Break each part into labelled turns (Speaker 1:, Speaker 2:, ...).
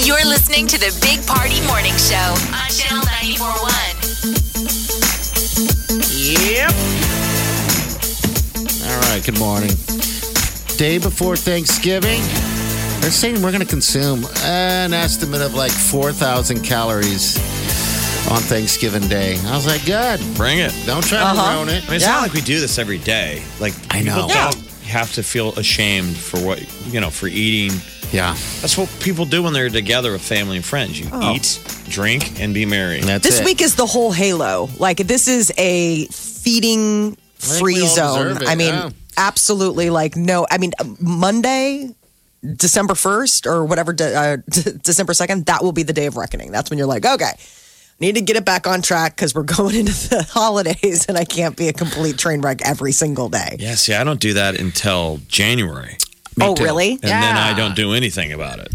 Speaker 1: You're listening to the Big Party Morning Show on Channel 941.
Speaker 2: Yep. All right, good morning. Day before Thanksgiving. They're saying we're going to consume an estimate of like 4,000 calories on Thanksgiving Day. I was like, good.
Speaker 3: Bring it.
Speaker 2: Don't try to
Speaker 3: Uh-huh.
Speaker 2: ruin
Speaker 3: I mean,
Speaker 2: it.
Speaker 3: it's not like we do this every day. Like
Speaker 2: I know.
Speaker 3: people don't have to feel ashamed for what you know for eating.
Speaker 2: Yeah.
Speaker 3: That's what people do when they're together with family and friends. You
Speaker 4: Oh.
Speaker 3: eat, drink, and be merry.
Speaker 2: That's
Speaker 4: This
Speaker 2: it.
Speaker 4: week is the whole halo. Like this is a feeding
Speaker 2: think
Speaker 4: free
Speaker 2: we all
Speaker 4: zone.
Speaker 2: deserve it,
Speaker 4: I mean,
Speaker 2: yeah.
Speaker 4: absolutely. Like no. I mean, uh, Monday, December first or whatever, de- uh, December second. That will be the day of reckoning. That's when you're like, okay, need to get it back on track because we're going into the holidays, and I can't be a complete train wreck every single day.
Speaker 3: Yeah. See, I don't do that until January,
Speaker 4: oh, really?
Speaker 3: and then I don't do anything about it.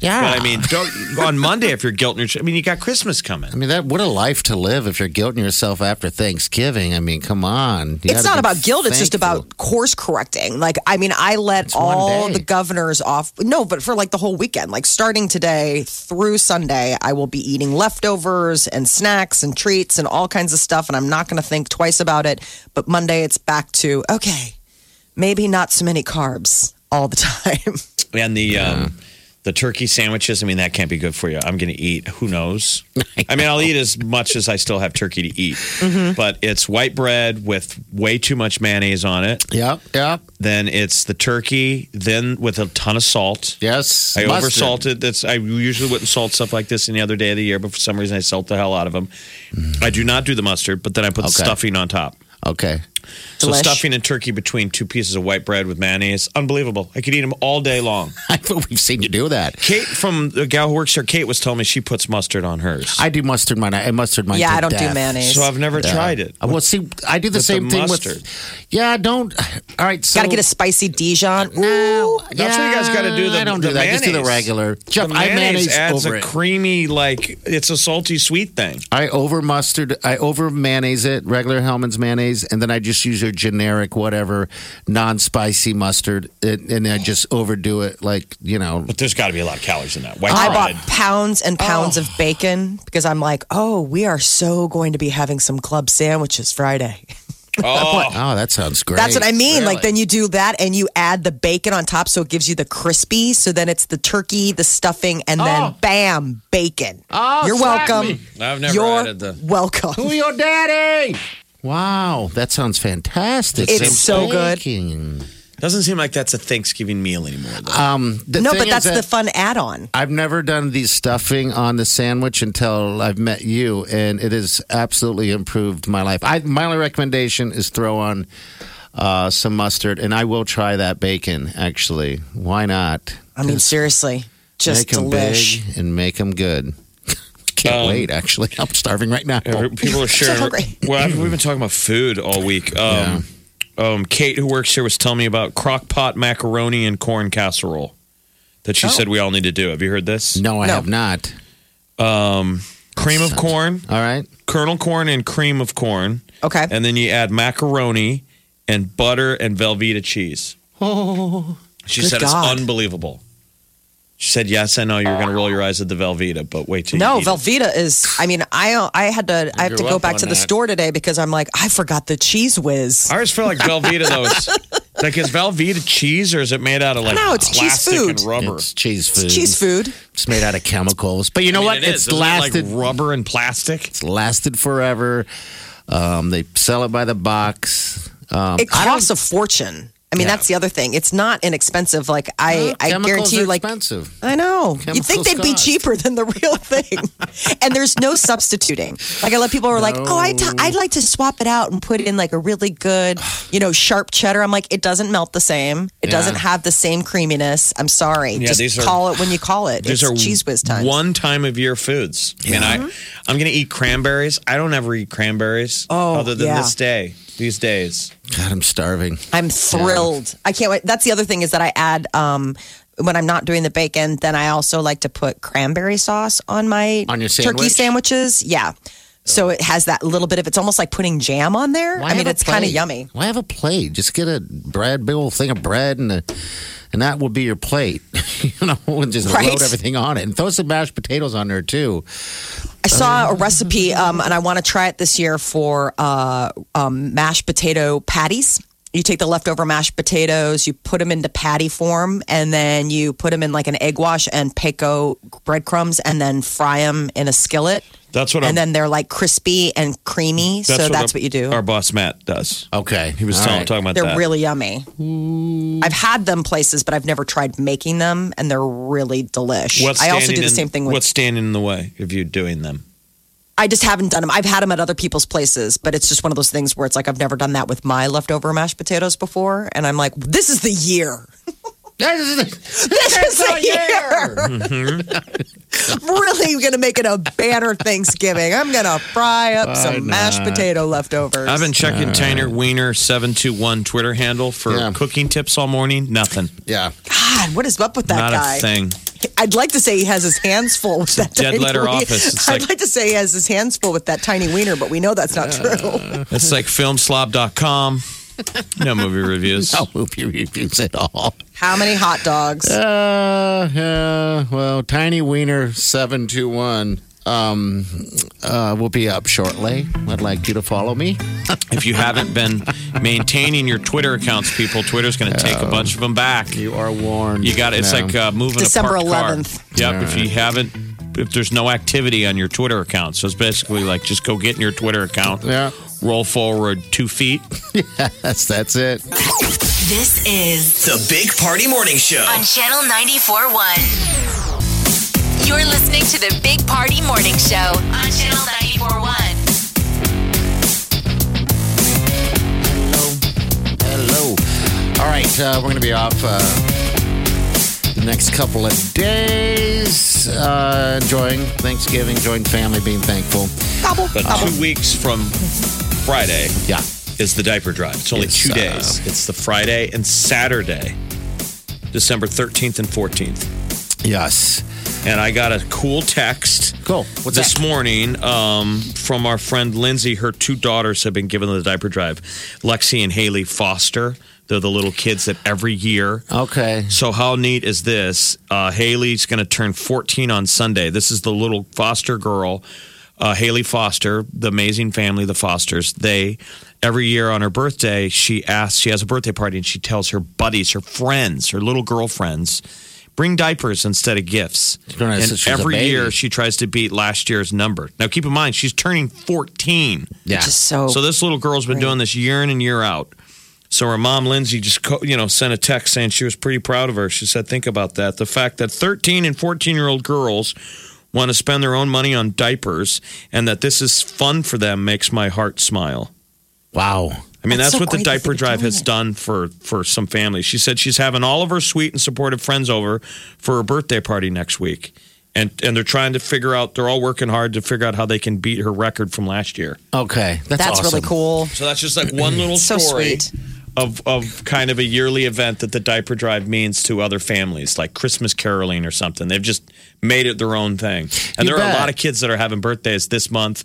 Speaker 2: Yeah.
Speaker 3: But I mean, don't, on Monday if you're guilt neutral, I mean, you got Christmas coming.
Speaker 2: I mean, that what a life to live if you're guilting yourself after Thanksgiving. I mean, come on. You
Speaker 4: it's
Speaker 2: gotta
Speaker 4: not
Speaker 2: be
Speaker 4: about guilt. It's just
Speaker 2: thankful.
Speaker 4: about course correcting. Like, I mean, I let
Speaker 2: one
Speaker 4: all
Speaker 2: day.
Speaker 4: the governors off. No, but for like the whole weekend, like starting today through Sunday, I will be eating leftovers and snacks and treats and all kinds of stuff. And I'm not going to think twice about it. But Monday, it's back to, okay, maybe not so many carbs all the time.
Speaker 3: And the um, the turkey sandwiches. I mean, that can't be good for you. I'm going to eat. Who knows? I, mean, I'll eat as much as I still have turkey to eat. But it's white bread with way too much mayonnaise on it.
Speaker 2: Yep, yep,
Speaker 3: Then it's the turkey. Then with a ton of salt.
Speaker 2: yes.
Speaker 3: I
Speaker 2: Mustard.
Speaker 3: oversalted. That's I usually wouldn't salt stuff like this any other day of the year, but for some reason I salt the hell out of them. I do not do the mustard, but then I put the
Speaker 2: Okay.
Speaker 3: stuffing on top.
Speaker 2: Okay.
Speaker 3: So
Speaker 4: Delish.
Speaker 3: stuffing and turkey between two pieces of white bread with mayonnaise, unbelievable. I could eat them all day long.
Speaker 2: I thought we've seen you do that.
Speaker 3: Kate from the gal who works here, Kate was telling me she puts mustard on hers.
Speaker 2: I do mustard mine. I mustard mine.
Speaker 4: yeah,
Speaker 2: to
Speaker 4: I don't do
Speaker 2: death.
Speaker 4: mayonnaise.
Speaker 3: so I've never tried it.
Speaker 2: Uh, Well, see, I do the
Speaker 3: With the
Speaker 2: same thing
Speaker 3: mustard.
Speaker 2: with. Yeah, don't. All right, so
Speaker 4: Got to get a spicy Dijon.
Speaker 2: No,
Speaker 3: That's what you guys got to do. The,
Speaker 2: I don't
Speaker 3: the
Speaker 2: do that. I Just do the
Speaker 3: mayonnaise.
Speaker 2: regular. Jeff,
Speaker 3: The
Speaker 2: I mayonnaise
Speaker 3: adds
Speaker 2: over
Speaker 3: a
Speaker 2: it.
Speaker 3: creamy, like it's a salty sweet thing.
Speaker 2: I over mustard. I over mayonnaise it. Regular Hellman's mayonnaise, and then I just use your generic whatever non-spicy mustard, it, and I just overdo it. Like you know,
Speaker 3: But there's got to be a lot of calories in that. White
Speaker 4: I
Speaker 3: bread.
Speaker 4: bought pounds and pounds
Speaker 2: Oh.
Speaker 4: of bacon because I'm like, oh, we are so going to be having some club sandwiches Friday.
Speaker 3: Oh,
Speaker 2: oh, that sounds great.
Speaker 4: That's what I mean.
Speaker 2: Really?
Speaker 4: Like, then you do that and you add the bacon on top so it gives you the crispy. So then it's the turkey, the stuffing, and then bam, bacon.
Speaker 2: Oh,
Speaker 4: You're
Speaker 2: slap
Speaker 4: welcome.
Speaker 2: me.
Speaker 3: I've never
Speaker 4: You're
Speaker 3: added the-
Speaker 4: welcome.
Speaker 2: Who your daddy? Wow, that sounds fantastic.
Speaker 4: It's so good.
Speaker 2: good.
Speaker 3: Doesn't seem like that's a Thanksgiving meal anymore. Though.
Speaker 2: Um, the
Speaker 4: No,
Speaker 2: thing
Speaker 4: but
Speaker 2: is
Speaker 4: that's
Speaker 2: that-
Speaker 4: the fun add on.
Speaker 2: I've never done the stuffing on the sandwich until I've met you, and it has absolutely improved my life. I, my only recommendation is throw on uh, some mustard, and I will try that bacon. Actually, why not?
Speaker 4: I mean, seriously, just
Speaker 2: make them
Speaker 4: delish.
Speaker 2: big and make them good. Can't
Speaker 3: Um,
Speaker 2: wait. Actually, I'm starving right now.
Speaker 3: Every- People are sharing.
Speaker 4: hungry.
Speaker 3: Well, I've- we've been talking about food all week. Um, um, Kate, who works here, was telling me about crock pot macaroni and corn casserole that she said we all need to do. Have you heard this?
Speaker 2: Oh.
Speaker 3: Um,
Speaker 2: No, I
Speaker 4: No.
Speaker 2: have not.
Speaker 3: Cream of corn,
Speaker 2: All right.
Speaker 3: kernel corn, and cream of corn.
Speaker 4: Okay.
Speaker 3: And then you add macaroni and butter and Velveeta cheese.
Speaker 2: Oh,
Speaker 3: She
Speaker 4: Good
Speaker 3: said
Speaker 4: God.
Speaker 3: it's unbelievable. She said, Yes, I know you're going to roll your eyes at the Velveeta, but wait till
Speaker 4: No,
Speaker 3: you. eat it."
Speaker 4: Velveeta is. I mean, I I had to. I have to
Speaker 3: grew
Speaker 4: go
Speaker 3: up
Speaker 4: back
Speaker 3: on
Speaker 4: to the
Speaker 3: that.
Speaker 4: store today because I'm like, I forgot the cheese whiz.
Speaker 3: I always feel like Velveeta, though. Is, like, is Velveeta cheese or is it made out of like
Speaker 4: No, it's cheese
Speaker 3: plastic
Speaker 4: food.
Speaker 3: and rubber?
Speaker 2: it's cheese food.
Speaker 4: Cheese food.
Speaker 2: It's made out of chemicals, but you know what? It's lasted.
Speaker 3: rubber and plastic.
Speaker 2: It's lasted forever. Um, they sell it by the box. Um,
Speaker 4: It costs a fortune. I mean,
Speaker 3: Yeah.
Speaker 4: that's the other thing. It's not inexpensive. Like I, I
Speaker 2: Chemicals
Speaker 4: guarantee
Speaker 2: are
Speaker 4: you, like
Speaker 2: expensive.
Speaker 4: I know. You'd
Speaker 2: Chemicals
Speaker 4: think they'd be
Speaker 2: cost.
Speaker 4: cheaper than the real thing. and there's no substituting. Like I let people who are like, "Oh, I t- I'd like to swap it out and put in like a really good, you know, sharp cheddar." I'm like, "It doesn't melt the same. It
Speaker 2: Yeah.
Speaker 4: doesn't have the same creaminess. I'm sorry.
Speaker 3: Yeah,
Speaker 4: Just
Speaker 3: these are-
Speaker 4: call it when you call it.
Speaker 3: These
Speaker 4: it's
Speaker 3: are
Speaker 4: cheese whiz time."
Speaker 3: one time of year foods. I mean, I, I'm going to eat cranberries. I don't ever eat cranberries
Speaker 4: Oh,
Speaker 3: other than
Speaker 4: yeah.
Speaker 3: this day, these days.
Speaker 2: God, I'm starving.
Speaker 4: I'm thrilled. I can't wait. That's the other thing is that I add um when I'm not doing the bacon, then I also like to put cranberry sauce on my
Speaker 2: On your
Speaker 4: turkey
Speaker 2: sandwich?
Speaker 4: sandwiches. Yeah. So it has that little bit of it's almost like putting jam on there.
Speaker 2: Why
Speaker 4: I mean,
Speaker 2: have a
Speaker 4: it's kind
Speaker 2: plate?
Speaker 4: of yummy.
Speaker 2: Why have a plate? Just get a bread, big old thing of bread, and a, and that will be your plate. you know, and just
Speaker 4: Right.
Speaker 2: load everything on it, and throw some mashed potatoes on there too.
Speaker 4: I saw a recipe, um, and I want to try it this year for uh, um, mashed potato patties. You take the leftover mashed potatoes, you put them into patty form, and then you put them in like an egg wash and peco breadcrumbs, and then fry them in a skillet.
Speaker 3: That's what
Speaker 4: and
Speaker 3: I'm-
Speaker 4: then they're like crispy and creamy. so that's
Speaker 3: our-
Speaker 4: what you do.
Speaker 3: Our boss, Matt, does.
Speaker 2: Okay,
Speaker 3: He was
Speaker 2: All
Speaker 3: telling,
Speaker 2: right.
Speaker 3: talking about
Speaker 4: They're
Speaker 3: that.
Speaker 4: really yummy. I've had them places, but I've never tried making them, and they're really delish.
Speaker 3: What's
Speaker 4: I also
Speaker 3: standing
Speaker 4: do the
Speaker 3: in-
Speaker 4: same thing with
Speaker 3: What's standing in the way of you doing them?
Speaker 4: I just haven't done them. I've had them at other people's places, but it's just one of those things where it's like I've never done that with my leftover mashed potatoes before, and I'm like, this is the year. This is the year.
Speaker 3: Mm-hmm.
Speaker 4: really going to make it a banner Thanksgiving. I'm going to fry up some mashed potato leftovers.
Speaker 3: I've been
Speaker 4: Uh,
Speaker 3: checking Tanner Wiener seven two one Twitter handle for
Speaker 2: Yeah.
Speaker 3: cooking tips all morning. Nothing,
Speaker 2: yeah.
Speaker 4: God, what is up with that
Speaker 3: not
Speaker 4: guy?
Speaker 3: a thing.
Speaker 4: I'd like to say he has his hands full with that
Speaker 3: Dead
Speaker 4: tiny
Speaker 3: letter
Speaker 4: wiener.
Speaker 3: office. It's
Speaker 4: I'd
Speaker 3: like-
Speaker 4: like to say he has his hands full with that tiny wiener, but we know that's not
Speaker 2: Uh.
Speaker 4: true.
Speaker 3: It's like filmslob.com. No movie reviews.
Speaker 2: No movie reviews at all.
Speaker 4: How many hot dogs?
Speaker 2: Uh, yeah, well, Tiny Wiener 721 um, uh, will be up shortly. I'd like you to follow me.
Speaker 3: If you haven't been maintaining your Twitter accounts, people, Twitter's going to take a bunch of them back.
Speaker 2: You are warned.
Speaker 3: You got it. It's
Speaker 2: No.
Speaker 3: like uh, moving
Speaker 4: December
Speaker 3: a parked car.
Speaker 4: 11th.
Speaker 3: Yep. If you haven't, if there's no activity on your Twitter account, so it's basically like just go get in your Twitter account.
Speaker 2: Yeah.
Speaker 3: Roll forward two feet.
Speaker 2: That's, that's it.
Speaker 1: This is
Speaker 5: The Big Party Morning Show.
Speaker 1: on Channel 94.1. You're listening to the Big Party Morning Show on Channel 94.1.
Speaker 2: Hello. All right, uh, we're going to be off uh, the next couple of days, uh, enjoying Thanksgiving, enjoying family, being thankful.
Speaker 3: But two weeks from Friday
Speaker 2: Yeah.
Speaker 3: is the diaper drive. It's only
Speaker 2: Yes,
Speaker 3: two
Speaker 2: uh,
Speaker 3: days. it's the Friday and Saturday, December 13th and 14th.
Speaker 2: Yes.
Speaker 3: And I got a cool text.
Speaker 2: Cool. What's
Speaker 3: this
Speaker 2: that?
Speaker 3: morning um, from our friend Lindsay. Her two daughters have been given the diaper drive, Lexi and Haley Foster. They're the little kids that every year.
Speaker 2: Okay.
Speaker 3: So how neat is this? Uh, Haley's going to turn 14 on Sunday. This is the little Foster girl, uh, Haley Foster, the amazing family, the Fosters. They every year on her birthday, she asks. She has a birthday party, and she tells her buddies, her friends, her little girlfriends, bring diapers instead of gifts.
Speaker 2: gonna-
Speaker 3: And
Speaker 2: so she's a
Speaker 3: every
Speaker 2: baby.
Speaker 3: year she tries to beat last year's number. Now keep in mind she's turning 14.
Speaker 2: Yeah.
Speaker 4: Just so,
Speaker 3: So this little girl's been doing this year in and year out. So her mom Lindsay just co- you know sent a text saying she was pretty proud of her. She said, "Think about that. The fact that 13 and 14 year old girls want to spend their own money on diapers and that this is fun for them makes my heart smile."
Speaker 2: Wow.
Speaker 3: I mean, that's,
Speaker 4: That's so
Speaker 3: what the
Speaker 4: great that
Speaker 3: diaper
Speaker 4: they're
Speaker 3: drive
Speaker 4: doing
Speaker 3: has
Speaker 4: it.
Speaker 3: done for for some families. She said she's having all of her sweet and supportive friends over for her birthday party next week. And and they're trying to figure out they're all working hard to figure out how they can beat her record from last year.
Speaker 2: Okay. That's,
Speaker 4: that's
Speaker 2: awesome.
Speaker 4: really cool.
Speaker 3: So that's just like one little
Speaker 4: So
Speaker 3: story
Speaker 4: sweet.
Speaker 3: of of kind of a yearly event that the diaper drive means to other families, like Christmas caroling or something. They've just made it their own thing. And
Speaker 2: You
Speaker 3: there are a
Speaker 2: bet.
Speaker 3: lot of kids that are having birthdays this month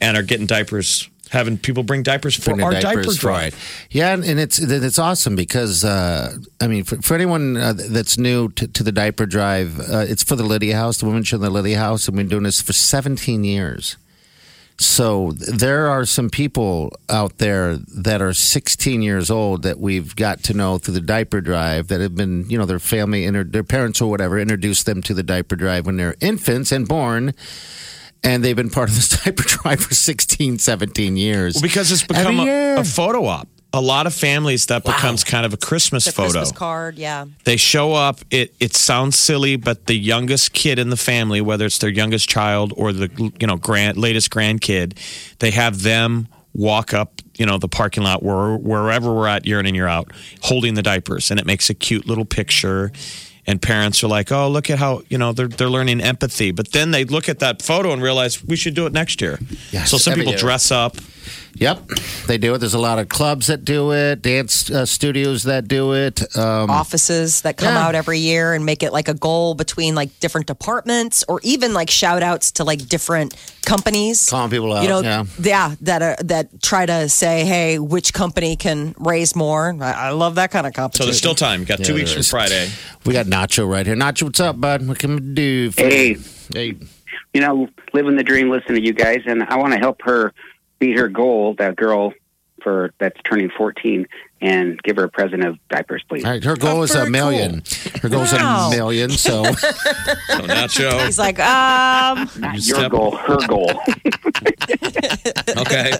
Speaker 3: and are getting diapers having people bring diapers for
Speaker 2: Bring
Speaker 3: our
Speaker 2: the
Speaker 3: diaper
Speaker 2: diapers for
Speaker 3: drive.
Speaker 2: it. Yeah, and, and it's then it's awesome because uh, I mean, for, for anyone uh, that's new to, to the diaper drive, uh, it's for the Lydia House, the women's show, in the Lydia House, and we've been doing this for 17 years. So there are some people out there that are 16 years old that we've got to know through the diaper drive that have been, you know, their family, inter- their parents or whatever, introduced them to the diaper drive when they're infants and born. And they've been part of this diaper drive for 16, 17 years.
Speaker 3: Well, because it's
Speaker 2: Every
Speaker 3: become a,
Speaker 2: year.
Speaker 3: a photo op. a lot of families that becomes kind of a Christmas
Speaker 4: The
Speaker 3: photo.
Speaker 4: Christmas card, yeah.
Speaker 3: They show up. It it sounds silly, but the youngest kid in the family, whether it's their youngest child or the you know grand latest grandkid, they have them walk up you know the parking lot where wherever we're at year in and year out, holding the diapers, and it makes a cute little picture. And parents are like, "Oh, look at how you know they're they're learning empathy." But then they look at that photo and realize we should do it next year.
Speaker 2: Yes,
Speaker 3: so some
Speaker 2: every
Speaker 3: people
Speaker 2: year.
Speaker 3: dress up.
Speaker 2: Yep, they do it. There's a lot of clubs that do it, dance uh, studios that do it. Um,
Speaker 4: offices that come
Speaker 2: Yeah.
Speaker 4: out every year and make it like a goal between like different departments or even like shout outs to like different companies.
Speaker 2: Calling people out,
Speaker 4: You know,
Speaker 2: yeah.
Speaker 4: that are, that try to say, hey, which company can raise more? I, I love that kind of
Speaker 3: So
Speaker 4: competition.
Speaker 3: there's still time. You got two
Speaker 2: Yeah,
Speaker 3: weeks
Speaker 2: there
Speaker 3: from
Speaker 2: is.
Speaker 3: Friday.
Speaker 2: we got Nacho right here. Nacho, what's up, bud? What can we do? For
Speaker 6: Hey.
Speaker 2: hey,
Speaker 6: you know, living the dream, listen to you guys, and I want to help her beat her goal, that girl for that's turning 14, and give her a present of diapers, please.
Speaker 2: all right. Her goal is a
Speaker 4: very
Speaker 2: million. Her goal is
Speaker 4: Wow.
Speaker 2: a million. So
Speaker 3: So Nacho,
Speaker 4: He's like, um,
Speaker 6: Not
Speaker 3: You
Speaker 6: your
Speaker 3: step-
Speaker 6: goal, her goal.
Speaker 3: okay.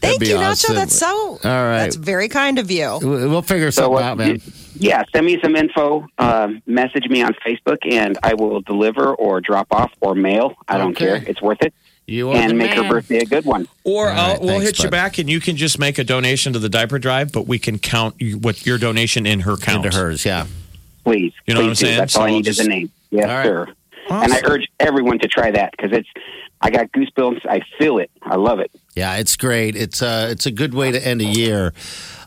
Speaker 4: thank
Speaker 2: be
Speaker 4: you,
Speaker 2: awesome.
Speaker 4: Nacho. That's so. All
Speaker 2: right.
Speaker 4: That's very kind of you.
Speaker 2: we- we'll figure something
Speaker 6: uh,
Speaker 2: out, man.
Speaker 6: yeah, send me some info. Um, message me on Facebook, and I will deliver or drop off or mail. I don't
Speaker 2: Okay.
Speaker 6: care. It's worth it.
Speaker 2: You are the
Speaker 6: And make her
Speaker 2: man.
Speaker 6: birthday a good one.
Speaker 3: Or
Speaker 2: All right,
Speaker 3: I'll, we'll
Speaker 2: thanks,
Speaker 3: hit you
Speaker 2: bud.
Speaker 3: back, and you can just make a donation to the diaper drive, but we can count you- what your donation in her count.
Speaker 2: into hers. Yeah.
Speaker 6: Please.
Speaker 3: You know what
Speaker 6: please
Speaker 3: I'm
Speaker 6: do.
Speaker 3: saying?
Speaker 6: That's
Speaker 3: So
Speaker 6: all I
Speaker 3: I'll
Speaker 6: need is
Speaker 3: just-
Speaker 6: a name. Yes,
Speaker 2: All right.
Speaker 6: sir. And I urge everyone to try that because it's, I got goosebumps. I feel it. I love it.
Speaker 2: Yeah, it's great. It's a it's a good way to end a year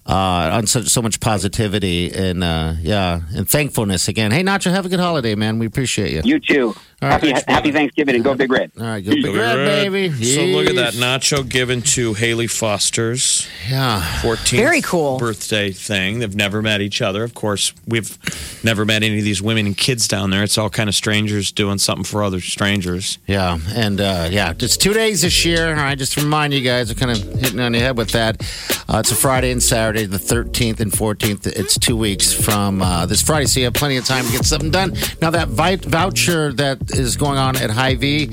Speaker 2: uh, on so, so much positivity and uh, yeah and thankfulness again. Hey Nacho, have a good holiday, man. We appreciate you.
Speaker 6: You too.
Speaker 2: All right,
Speaker 6: happy,
Speaker 2: thanks,
Speaker 6: happy Thanksgiving and go Big Red.
Speaker 2: All right, go big red, baby.
Speaker 3: So look at that
Speaker 2: Yes.
Speaker 3: nacho given to Haley Foster's
Speaker 2: Yeah,
Speaker 3: 14th
Speaker 4: Very cool.
Speaker 3: birthday thing. They've never met each other. Of course, we've never met any of these women and kids down there. It's all kind of strangers doing something for other strangers.
Speaker 2: yeah, and uh, yeah, just two days this year. All right, just to remind you guys, I'm kind of hitting on your head with that. Uh, it's a Friday and Saturday, the 13th and 14th. It's two weeks from uh, this Friday, so you have plenty of time to get something done. Now that vi- voucher that is going on at High V.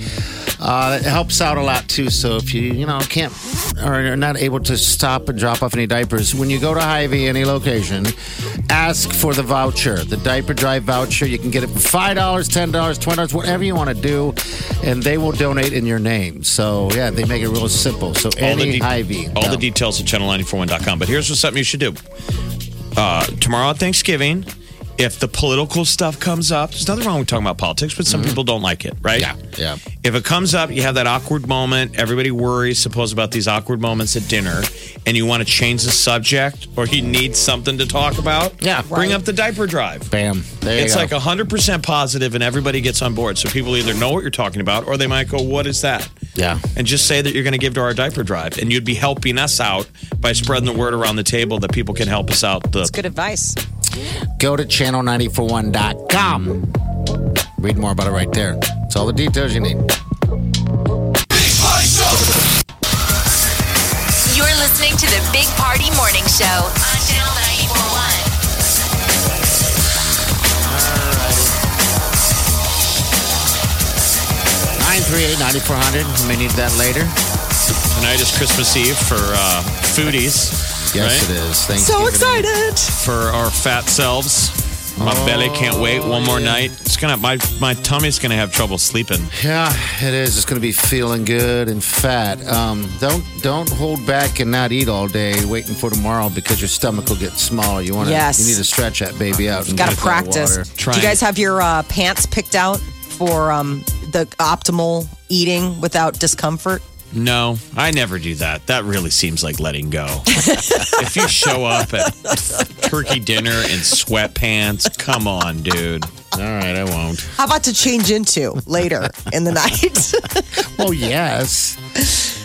Speaker 2: Uh, it helps out a lot too. So if you you know can't or are not able to stop and drop off any diapers, when you go to Hy-Vee, any location, ask for the voucher, the diaper drive voucher. You can get it for five dollars, ten dollars, twenty dollars, whatever you want to do, and they will donate in your name. So yeah, they make it real simple. So any
Speaker 3: de-
Speaker 2: Hy-Vee,
Speaker 3: all the
Speaker 2: Yeah.
Speaker 3: details at channel941.com. But here's what's something you should do. Uh, tomorrow at Thanksgiving, if the political stuff comes up, there's nothing wrong with talking about politics, but some people don't like it, right?
Speaker 2: Mm-hmm. Yeah, yeah.
Speaker 3: If it comes up, you have that awkward moment. Everybody worries, suppose, about these awkward moments at dinner, and you want to change the subject or you need something to talk about.
Speaker 2: Yeah.
Speaker 3: Bring
Speaker 2: Right.
Speaker 3: up the diaper drive.
Speaker 2: bam. There you
Speaker 3: It's
Speaker 2: go.
Speaker 3: like hundred percent positive, and everybody gets on board. So people either know what you're talking about, or they might go, "What is that?"
Speaker 2: Yeah.
Speaker 3: and just say that you're going to give to our diaper drive, and you'd be helping us out by spreading the word around the table that people can help us out. The
Speaker 4: It's good advice.
Speaker 2: go to channel941.com. Read more about it right there. It's all the details you need.
Speaker 5: Big Party Show.
Speaker 1: You're listening to the Big Party Morning Show on Channel 941.
Speaker 2: Nine three eight ninety four hundred. You may need that later.
Speaker 3: tonight is Christmas Eve for uh, foodies.
Speaker 2: Yes,
Speaker 3: right?
Speaker 2: it is. Thank
Speaker 4: So
Speaker 2: you.
Speaker 4: excited.
Speaker 3: for our fat selves. My belly can't wait. One
Speaker 4: Oh,
Speaker 3: more night. It's gonna my my tummy's gonna have trouble sleeping.
Speaker 2: Yeah, it is. It's going to be feeling good and fat. Um, don't don't hold back and not eat all day, waiting for tomorrow because your stomach will get smaller. You want to.
Speaker 4: Yes.
Speaker 2: You need to stretch that baby out. and
Speaker 4: Got to
Speaker 2: drink a lot of
Speaker 4: practice.
Speaker 2: water.
Speaker 3: Try
Speaker 4: Do you
Speaker 3: it.
Speaker 4: guys have your uh, pants picked out for um, the optimal eating without discomfort?
Speaker 3: No, I never do that. That really seems like letting go. if you show up at turkey dinner in sweatpants, come on, dude.
Speaker 2: All right, I won't.
Speaker 4: How about to change into later in the night?
Speaker 2: Oh yes.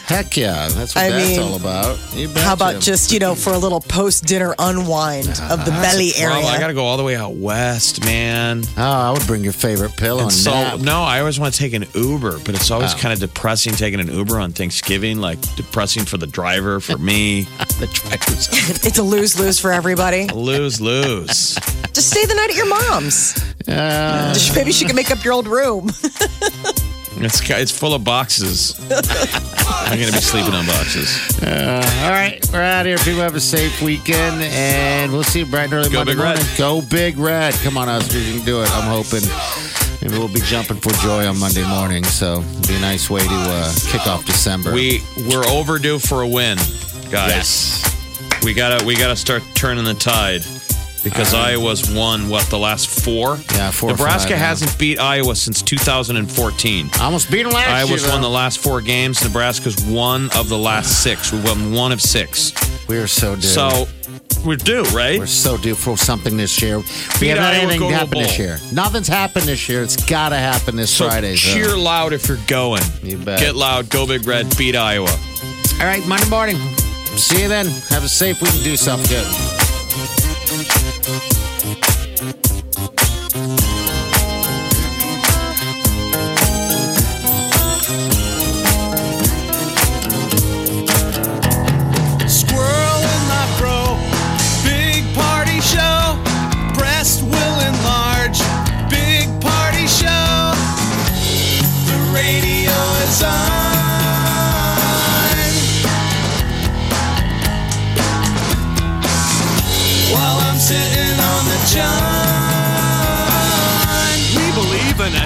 Speaker 2: Heck yeah, that's what
Speaker 4: I
Speaker 2: that's
Speaker 4: mean,
Speaker 2: all about. You
Speaker 4: How about
Speaker 2: betcha.
Speaker 4: just, you know, for a little post dinner unwind of the belly area?
Speaker 3: Well, I gotta go all the way out west, man.
Speaker 2: Oh, I would bring your favorite pillow.
Speaker 3: And
Speaker 2: And
Speaker 3: so
Speaker 2: nap.
Speaker 3: no, I always want to take an Uber, but it's always
Speaker 2: Oh.
Speaker 3: kind of depressing taking an Uber on Thanksgiving. Like depressing for the driver, for me.
Speaker 2: the driver's
Speaker 4: it's a lose lose for everybody.
Speaker 3: lose lose.
Speaker 4: Just stay the night at your mom's. Just- Maybe she can make up your old room.
Speaker 3: It's it's full of boxes. I'm going to be sleeping on boxes.
Speaker 2: All right, we're out here. People have a safe weekend, and we'll see you bright and early
Speaker 3: Go
Speaker 2: Monday
Speaker 3: Big Red.
Speaker 2: morning. Go big red! Come on, Oscar, you can do it. I'm hoping. Maybe we'll be jumping for joy on Monday morning, so it'd be a nice way to uh, kick off December.
Speaker 3: We we're overdue for a win, guys. We gotta we gotta start turning the tide because Iowa's won what the last four.
Speaker 2: Uh-huh. Yeah, four or
Speaker 3: Nebraska
Speaker 2: five, yeah.
Speaker 3: hasn't beat Iowa since 2014.
Speaker 2: almost beat them last year.
Speaker 3: Iowa's
Speaker 2: though.
Speaker 3: won the last four games. Nebraska's one of the last six. We won one of six.
Speaker 2: We are so due.
Speaker 3: So we're due, right?
Speaker 2: we're so due for something this year. We
Speaker 3: Beat
Speaker 2: have not
Speaker 3: Iowa,
Speaker 2: anything
Speaker 3: go to a
Speaker 2: happened this
Speaker 3: bowl.
Speaker 2: year. Nothing's happened this year. It's got to happen this
Speaker 3: so
Speaker 2: Friday. so-
Speaker 3: cheer loud if you're going.
Speaker 2: You bet.
Speaker 3: Get loud, go big red, beat Iowa.
Speaker 2: All right, Monday morning. See you then. Have a safe week and do something good.
Speaker 7: Squirrel in my fro. Big party show. Breast will enlarge. Big party show. The radio is on. While I'm sitting on the john.
Speaker 8: We believe in a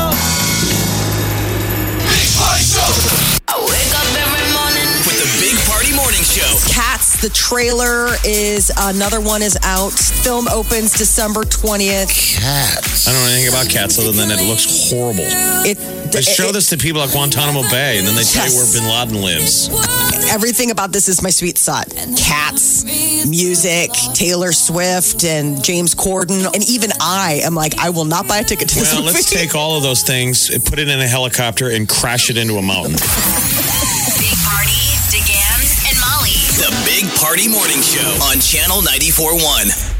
Speaker 5: Big Party Show.
Speaker 1: I wake up every morning.
Speaker 8: With the Big Party Morning Show.
Speaker 4: Cats, the trailer is another one is out. Film opens December 20th.
Speaker 2: Cats.
Speaker 3: I don't know anything about cats other than it looks horrible.
Speaker 4: It,
Speaker 3: They show
Speaker 4: it-
Speaker 3: this to people at Guantanamo Bay, and then they tell you where Bin Laden lives.
Speaker 4: everything about this is my sweet spot. Cats, music, Taylor Swift, and James Corden. And even I am like, I will not buy a ticket to this
Speaker 3: Well,
Speaker 4: movie.
Speaker 3: let's take all of those things, put it in a helicopter, and crash it into a mountain.
Speaker 1: Big Party, DeGan, and Molly.
Speaker 8: The Big Party Morning Show on Channel 94.1.